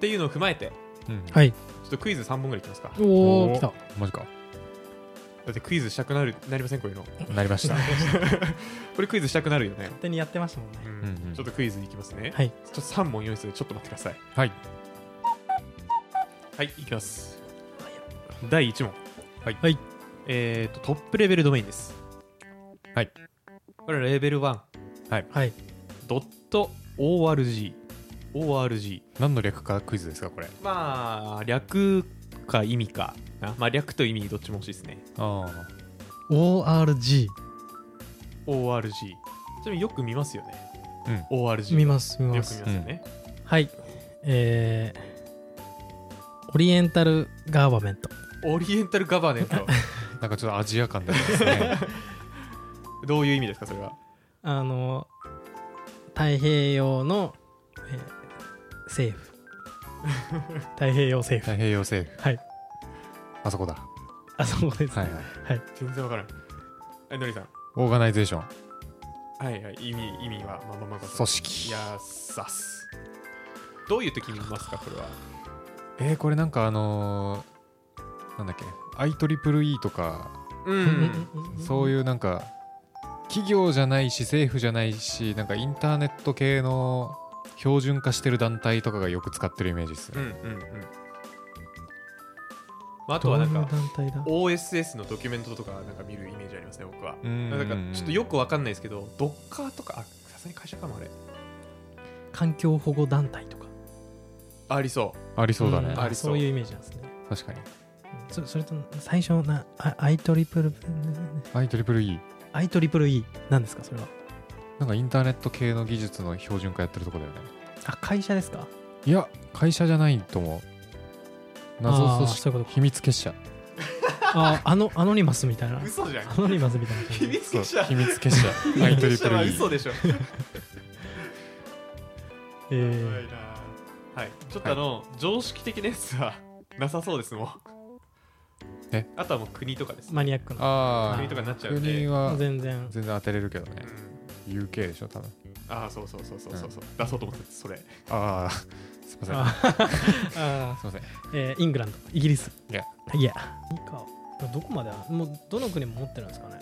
S1: ていうのを踏まえて、ち
S2: うん
S3: はい
S1: ょっとクイズ3本ぐらいいきますか。だ
S3: お
S2: お
S3: お
S2: ー
S3: 来た
S2: マジか
S1: ってクイズしたくなる、なりません、こういうの。
S2: なりま した
S1: これクイズしたくなるよね。
S3: 勝手にやってましたもんね
S1: うん
S2: うんうん
S1: ちょっとクイズいきますね。
S3: はい
S1: ちょっと3問用意するちょっと待ってください。
S2: はい
S1: はい、いきます。第1問。はい。
S3: はい
S1: えー、と、トップレベルドメインです。
S2: はい。
S1: これレベル1、
S3: はい
S1: ドット .org。org。
S2: 何の略かクイズですかこれ
S1: まあ、略か意味かな。まあ、略と意味どっちも欲しいですね。
S2: ああ
S3: ORG
S1: org。ちなみによく見ますよね。org。
S3: 見
S1: よ
S3: ます見
S1: く見
S3: ま
S1: ます
S3: す
S1: よね。
S3: はいえーオリエンタルガーバメント
S1: オリエンタルガバネント。
S2: なんかちょっとアジア感でです ね
S1: どういう意味ですか、それは。
S3: あの太平洋の、えー政 府太平洋政府
S2: 太平洋政府
S3: はい
S2: あそこだ
S3: あそこです、
S2: はいはい
S1: 全然わからん。はい、のりさん。
S2: オーガナイゼーション
S1: はいはい、意味意味はまあまあまあまあ
S2: 組織
S1: いやーさっすどういう時に見ますかこれは
S2: えー、これなんかあのー、なんだっけ IEEE とか
S1: う
S3: うん
S2: そういううなんか企業じゃないし政府じゃないしなんかインターネット系の標準化してる団体とかがよく使ってるイメージです
S1: うんう
S2: ね、
S1: んうんまあ、あと
S3: ど
S1: は
S3: うい
S1: な
S3: うん団
S1: か
S3: 体だ
S1: OSS のドキュメントとかなんか見るイメージありますね僕は
S2: うんうんうん
S1: なんかちょっとよくわかんないですけどドッカーとかあさすがに会社かもあれ
S3: 環境保護団体とか
S1: ありそ
S2: ありそうだね、
S3: ん
S1: ありそう
S3: そういうイメージなんですね
S2: 確かに
S3: うんそそれと最初なあ IEEE
S2: IEEE
S3: IEEE なんですかそれは
S2: なんかインターネット系の技術の標準化やってるとこだよね
S3: あ会社ですか
S2: いや会社じゃないと思う謎組
S3: あーそういうこ
S2: 織
S3: と
S2: 秘密結社
S3: ああのアノニマスみたいな
S1: う嘘じゃん
S3: アノニマスみたい な感
S1: 秘
S3: じ
S1: 密結社
S2: 秘密 結社
S1: 秘密結社は
S2: IEEE
S1: 嘘でしょ
S3: え
S1: やば
S3: ー
S1: いなはいちょっとあの、常識的なやつはなさそうですもん
S2: え
S1: あとはもう国とかです、
S3: マニアックな
S2: あ
S1: 国と
S2: あ
S1: かになっちゃうんで
S2: 国は
S3: 全然
S2: 全然当てれるけどね
S1: うん、
S2: UK でしょ多分
S1: ああそうそうそうそうそうそう、出そうと思ってたそれ
S2: ああすいません
S3: あ あ
S2: すいません
S3: ー、えーイングランドイギリス
S2: いや
S3: いやいいかどこまであもうどの国も持ってるんですかね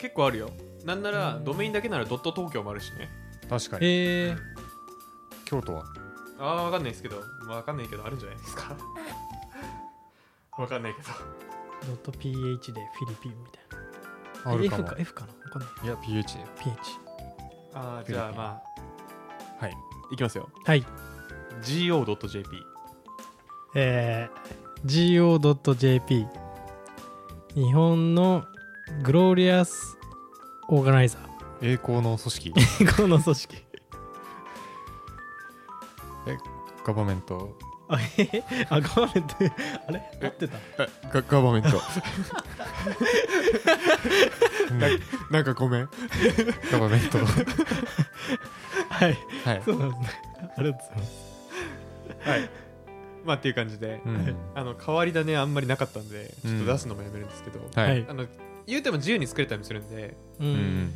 S1: 結構あるよなんなら
S3: うん
S1: ドメインだけならドット東京もあるしね
S2: 確かに
S3: えー、
S2: 京都は
S1: ああわかんないですけどまあわかんないけどあるんじゃないですか わかんないけど
S3: ドット .ph でフィリピンみたいな
S2: あるか
S3: F
S2: も
S3: か F かなわかんない
S2: いや PH で
S3: PH
S1: ああじゃあま
S2: はい
S1: あいきますよ
S3: はい
S1: go.jp
S3: えー、go.jp 日本のグローリアスオーガ ナイザ
S2: 栄光の組織
S3: ーこの組織
S2: ガバメント
S3: あえへへあガーメントあれ合ってた
S2: ガガバメント ななんかごめんガバメントは
S3: はい
S2: い、
S3: そうなんですねありがとうございます
S1: はい まあっていう感じで、
S2: うん
S1: あの変わり種あんまりなかったんでちょっ
S2: う
S1: と
S2: ん
S1: 出すのもやめるんですけど、
S2: はい
S3: はい
S1: あの言うても自由に作れたりもするんで
S3: う
S2: うんん、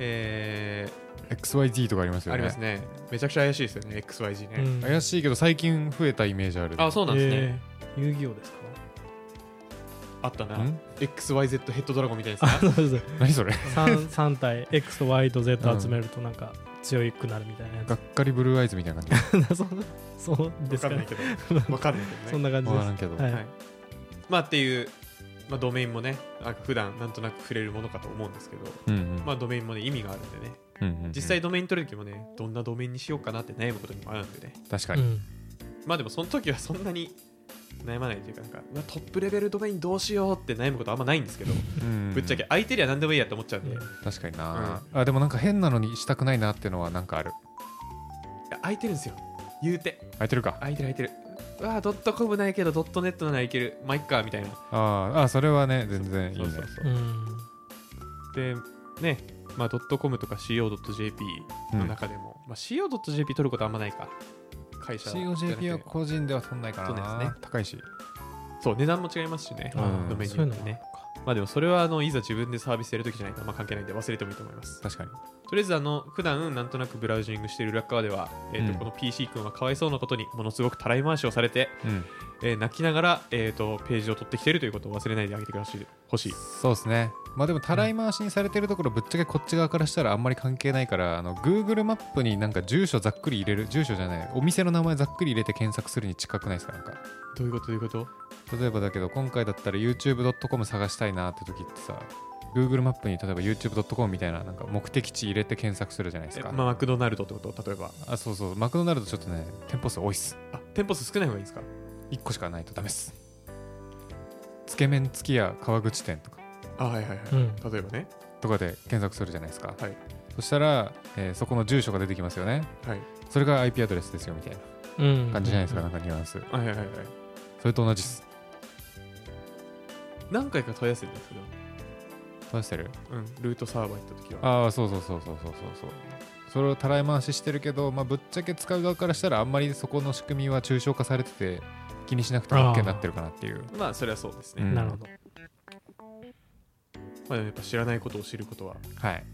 S1: え
S2: XYZ とかあります
S1: ー、
S2: よ
S1: あ
S2: ね
S1: りますねめちゃくちゃ怪しいですよね XYG ね、
S3: うん
S2: 怪しいけど最近増えたイメージある
S1: あそうなんですね、
S3: えー遊戯王ですか
S1: あったな、
S2: ん
S1: XYZ ヘッドドラゴンみたいです
S3: あ
S1: か
S3: そうそう
S2: 何それ
S3: 3, 三体 X と Y と Z
S2: うん
S3: 集めるとなんか強くなるみたいなや
S2: がっかりブルーアイズみたいな感
S3: つ そうそう
S1: わ
S3: です
S1: か
S3: か
S1: んない
S3: ね
S1: けど、わかんないけ
S3: そ
S1: ど
S3: ん
S1: ね。
S3: な感
S2: じ
S3: じ
S2: わ
S3: で
S2: か
S3: す
S2: らんけど、
S3: はい
S1: はい、まあっていう、まあ、ドメインもね、あ普段なんとなく触れるものかと思うんですけど、
S2: うんうん
S1: まあドメインもね、意味があるんでね、
S2: うんうんうん
S1: 実際ドメイン取る時もね、どんなドメインにしようかなって悩むことにもあるんでね、
S2: 確か
S3: う
S2: に、
S3: ん
S1: まあでもその時はそんなに悩まないというか、なんかうわトップレベルドメインどうしようって悩むことあんまないんですけど、
S2: うんうん
S1: ぶっちゃけ空いてりゃ何でもいいやって思っちゃうんで、
S3: うん
S1: い
S2: 確かにな、あでもなんか変なのにしたくないなってのはなんかある
S1: や空いてるんですよ、言うて、
S2: 空いてるか
S1: 空いてる空いてる。うわあドットコムないけどドットネットならいけるまあいっかみたいな
S2: あーあそれはね全然いいね
S1: そうそうそう
S3: うん
S1: でねまあ、.com とか CO.jp の中でも、まあ、CO.jp 取ることあんまないか会社じゃなくて
S2: COJP は個人では取んないから
S1: 取んない
S2: な、
S1: ですね
S2: 高いし
S1: そう値段も違いますしね、
S2: うん
S1: のメニュ
S3: そう
S1: ー
S3: いう
S1: も
S3: のも
S1: ねまあでもそれはあのいざ自分でサービスやるときじゃないから、まあ、関係ないんで忘れてもいいと思います
S2: 確かに
S1: とりあえずあの普段なんとなくブラウジングしている裏側では、えーと
S2: うん
S1: この PC 君はかわいそうなことにものすごくたらい回しをされて、
S2: うん
S1: えー泣きながら、えー、とページを取ってきているということを忘れないであげてほしいほしい
S2: そうですねまあでもたらい回しにされてるところぶっちゃけこっち側からしたらあんまり関係ないからあの Google マップになんか住所ざっくり入れる住所じゃないお店の名前ざっくり入れて検索するに近くないですかなんか
S1: どういうことどういうこと
S2: 例えばだけど今回だったら YouTube.com 探したいなって時ってさ Google マップに例えば YouTube.com みたいななんか目的地入れて検索するじゃないです
S1: え
S2: か、
S1: まあ、マクドナルドってこと例えば
S2: あそうそうマクドナルドちょっとね店舗数多いっす
S1: あ店舗数少ない方がいいですか
S2: 1個しかないとダメっすつけ麺付きや川口店とか
S1: あはいはいはい、
S3: うん
S1: 例えばね
S2: とかで検索するじゃないですか、
S1: はい
S2: そしたら、えーそこの住所が出てきますよね
S1: はい
S2: それが IP アドレスですよみたいな
S3: うん
S2: 感じじゃないですか、なんかニュアンス
S1: はいはいはいはい
S2: それと同じっす
S1: 何回か問い合わせてたんですけど、
S2: どうしてる
S1: うん、ルートサーバー行った時は
S2: ああそうそうそうそうそうそうそうそれをたらい回ししてるけど、まあ、ぶっちゃけ使う側からしたらあんまりそこの仕組みは抽象化されてて気にしなくても OK になってるかなっていう
S1: まあそれはそうですね、
S2: うん
S3: なるほど
S1: まあ、でもやっぱ知らないことを知ることは
S2: はい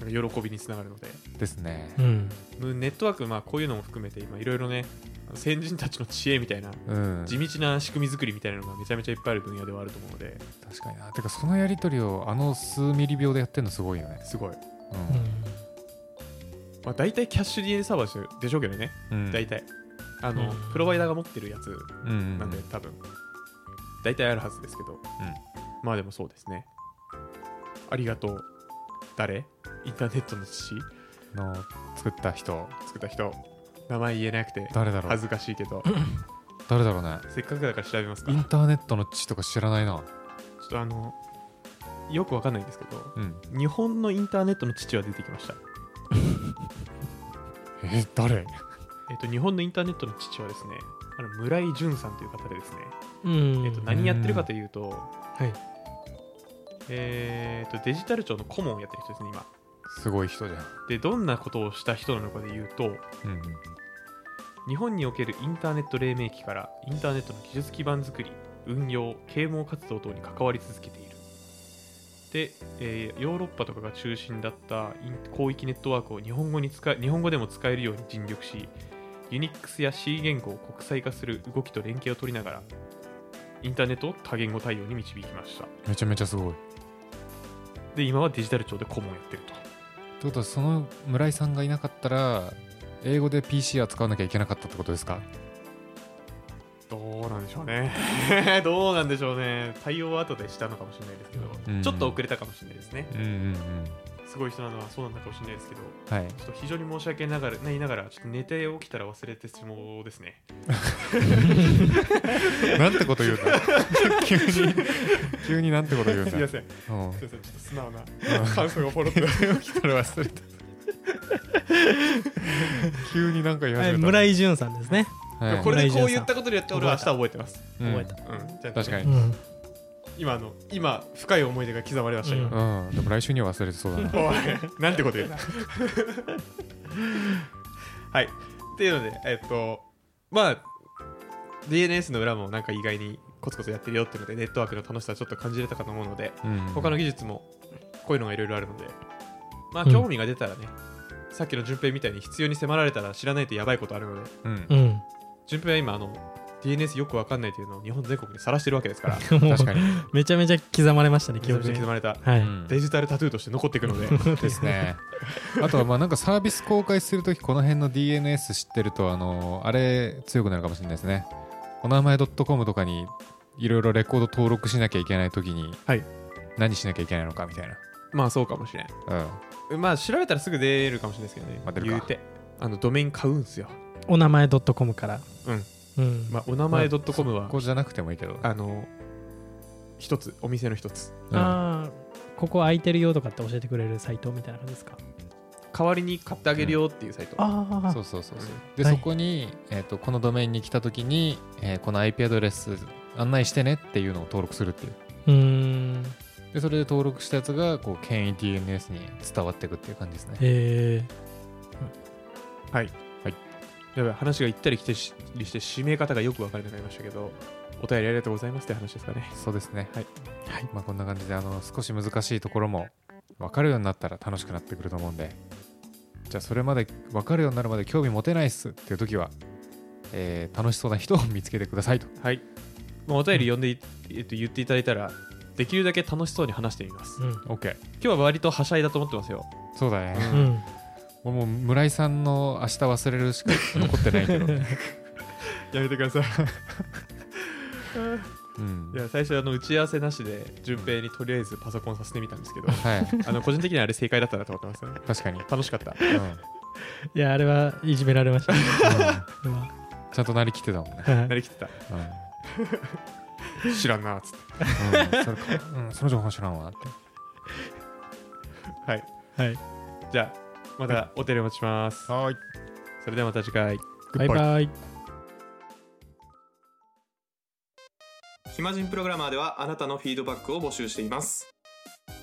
S1: なんか喜びにつながるので
S2: ですね
S3: うん
S1: うんネットワークまあこういうのも含めて今いろいろね先人たちの知恵みたいな
S2: うん
S1: 地道な仕組み作りみたいなのがめちゃめちゃいっぱいある分野ではあると思うので
S2: 確かになてかそのやり取りをあの数ミリ秒でやってるのすごいよね
S1: すごい、
S2: う、
S3: うんん
S1: まあ、大体キャッシュ DNA サーバーでしょうけどね、
S2: うん、
S1: 大体あの、
S3: うん
S1: プロバイダーが持ってるやつ
S2: うんうんうん
S1: なんで、多分大体あるはずですけど、まあでもそうですねありがとう誰インターネットの父
S2: の作った人
S1: 作った人名前言えなくて
S2: 誰だろう
S1: 恥ずかしい けど
S2: 誰だろうね
S1: せっかくだから調べますか
S2: イ
S1: ちょ
S2: ンターネットの地とか知らないな
S1: っとあのよくわかんないんですけど
S2: うん
S1: 日本のインターネットの父は出てきました
S2: えー誰
S1: えっと日本のインターネットの父はですねあの村井淳さんという方でですね、
S3: うん
S1: えっと何やってるかというと
S3: はい
S1: えっとデジタル庁の顧問をやってる人ですね今
S2: すごい人じゃん
S1: でどんなことをした人なのかで言うと
S2: うんうん
S1: 日本におけるインターネット黎明期からインターネットの技術基盤作り運用啓蒙活動等に関わり続けているで、えーヨーロッパとかが中心だったイン広域ネットワークを日本語に使え日本語でも使えるように尽力し Unix や C 言語を国際化する動きと連携を取りながらインターネットを多言語対応に導きました
S2: めちゃめちゃすごい
S1: で今はデジタル庁で顧問やってると
S2: ってことはその村井さんがいなかったら英語で PC は使わなきゃいけなかったってことですか
S1: どうなんでしょうね どうなんでしょうね対応は後でしたのかもしれないですけど、
S2: うん
S1: ちょっと遅れたかもしれないですね
S2: うんうんうん
S1: すごい人なのはそうなのかもしれないですけど、
S2: はい
S1: ちょっと非常に申し訳ながらないながら、ちょっと寝て起きたら忘れてしまうですね。
S2: なんてこと言うんだ 急に急になんてこと言うん
S1: す
S2: だ
S1: いません、
S2: うん
S1: すいません、ちょっと素直な感想がポロッと。
S2: 起きたら忘れた急になんか言い始
S3: は
S2: め
S3: い
S2: た
S3: 村井淳さんですね
S2: はい
S1: これでこう言ったことによって俺は明日覚えてます。
S2: うん
S3: 覚えた
S1: うん、じゃあ
S2: 確か
S3: う
S2: に
S3: ん
S1: 今あの、今、深い思い出が刻まれましたよ。
S3: う
S2: うんでも来週には忘れてそうだ な
S1: おい、なんてこと言うな。 はい。っていうので、えっと、まあ、DNS の裏もなんか意外にコツコツやってるよっていうので、ネットワークの楽しさちょっと感じれたかと思うので、
S2: うん
S1: 他の技術もこういうのがいろいろあるので、まあ、興味が出たらね、さっきの順平みたいに必要に迫られたら知らないとやばいことあるので、
S2: うん
S3: うん
S1: 順平は今、あの、DNS よくわかんないというのを日本全国にさらしてるわけ ですから、
S3: もう
S2: 確かに
S3: めちゃめちゃ刻まれましたね記
S1: 刻
S3: 憶
S1: み
S3: に
S1: 刻まれた
S3: はい、
S2: うん
S1: デジタルタトゥーとして残っていく ので、
S2: ですね。あとはまあなんかサービス公開するときこの辺の DNS 知ってるとあのあれ強くなるかもしれないですね。お名前 .com とかにいろいろレコード登録しなきゃいけないときに、
S1: はい
S2: 何しなきゃいけないのかみたいな。
S1: まあそうかもしれん。
S2: うん、
S1: まあ調べたらすぐ出るかもしれないですけどね、
S2: まあ出るか
S1: 言うて。あのドメイン買うんすよ。
S3: お名前 .com から
S1: うん、
S3: うん、
S1: まあ、お名前
S2: ま
S1: .com
S2: こ
S1: は、
S2: こじゃなくてもいいけど。
S1: あの、一つ、お店の一つ。
S2: うん
S3: あーここ空いてるよとかって教えてくれるサイトみたいな感じですか
S1: 代わりに買ってあげるよっていうサイト。
S3: あ
S2: そうそうそうそう。で、
S3: はい
S2: そこに、えー、とこのドメインに来たときに、えーこの IP アドレス案内してねっていうのを登録するっていう。
S3: うーん
S2: でそれで登録したやつがこう権威 DNS に伝わっていくっていう感じですね
S3: え
S1: はい。
S2: はい。
S1: やばい、話が行ったり来たりして、締め方がよく分からなくなりましたけど、お便りありがとうございますって話ですかね。
S2: そうですね
S1: はい、
S3: はい
S2: まあ、こんな感じであの少し難しいところも分かるようになったら楽しくなってくると思うんでじゃあそれまで分かるようになるまで興味持てないっすっていう時は、えー楽しそうな人を見つけてくださいと
S1: はい。まあ、お便り読んでい、えっと、言っていただいたら、できるだけ楽しそうに話してみます。
S3: ー、うん。
S2: OK
S1: 今日は割とはしゃいだと思ってますよ。
S2: そうだね、
S1: う
S3: うん、
S2: 俺もう村井さんの明日忘れるしか残ってないけ ど、
S1: やめてください。
S2: うん
S1: い、や、最初、あの、打ち合わせなしで、順平にとりあえずパソコンさせてみたんですけど、
S2: はい
S1: あの、個人的にはあれ正解だったなと思ってますね。
S2: 確かに、うん
S1: 楽しかった。
S3: いやあれはいじめられました、ね、うん
S2: ちゃんとなりきってたもんね、
S1: な
S3: は
S1: りきって
S2: うんうん
S1: た。知らんな、つって。
S2: それかうんその情報知らんわって
S1: はい。
S3: いはい、
S1: じゃあ、またお便りお待ちします。
S2: はい
S1: それではまた次回。
S3: バイバイ
S4: 暇人プログラマーではあなたのフィードバックを募集しています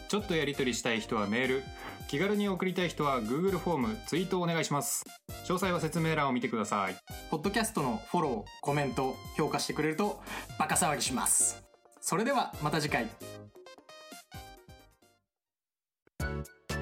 S4: ちょっとやり取りしたい人はメール気軽に送りたい人は Google フォームツイートお願いします詳細は説明欄を見てくださいポッドキャストのフォローコメント評価してくれるとバカ騒ぎしますそれではまた次回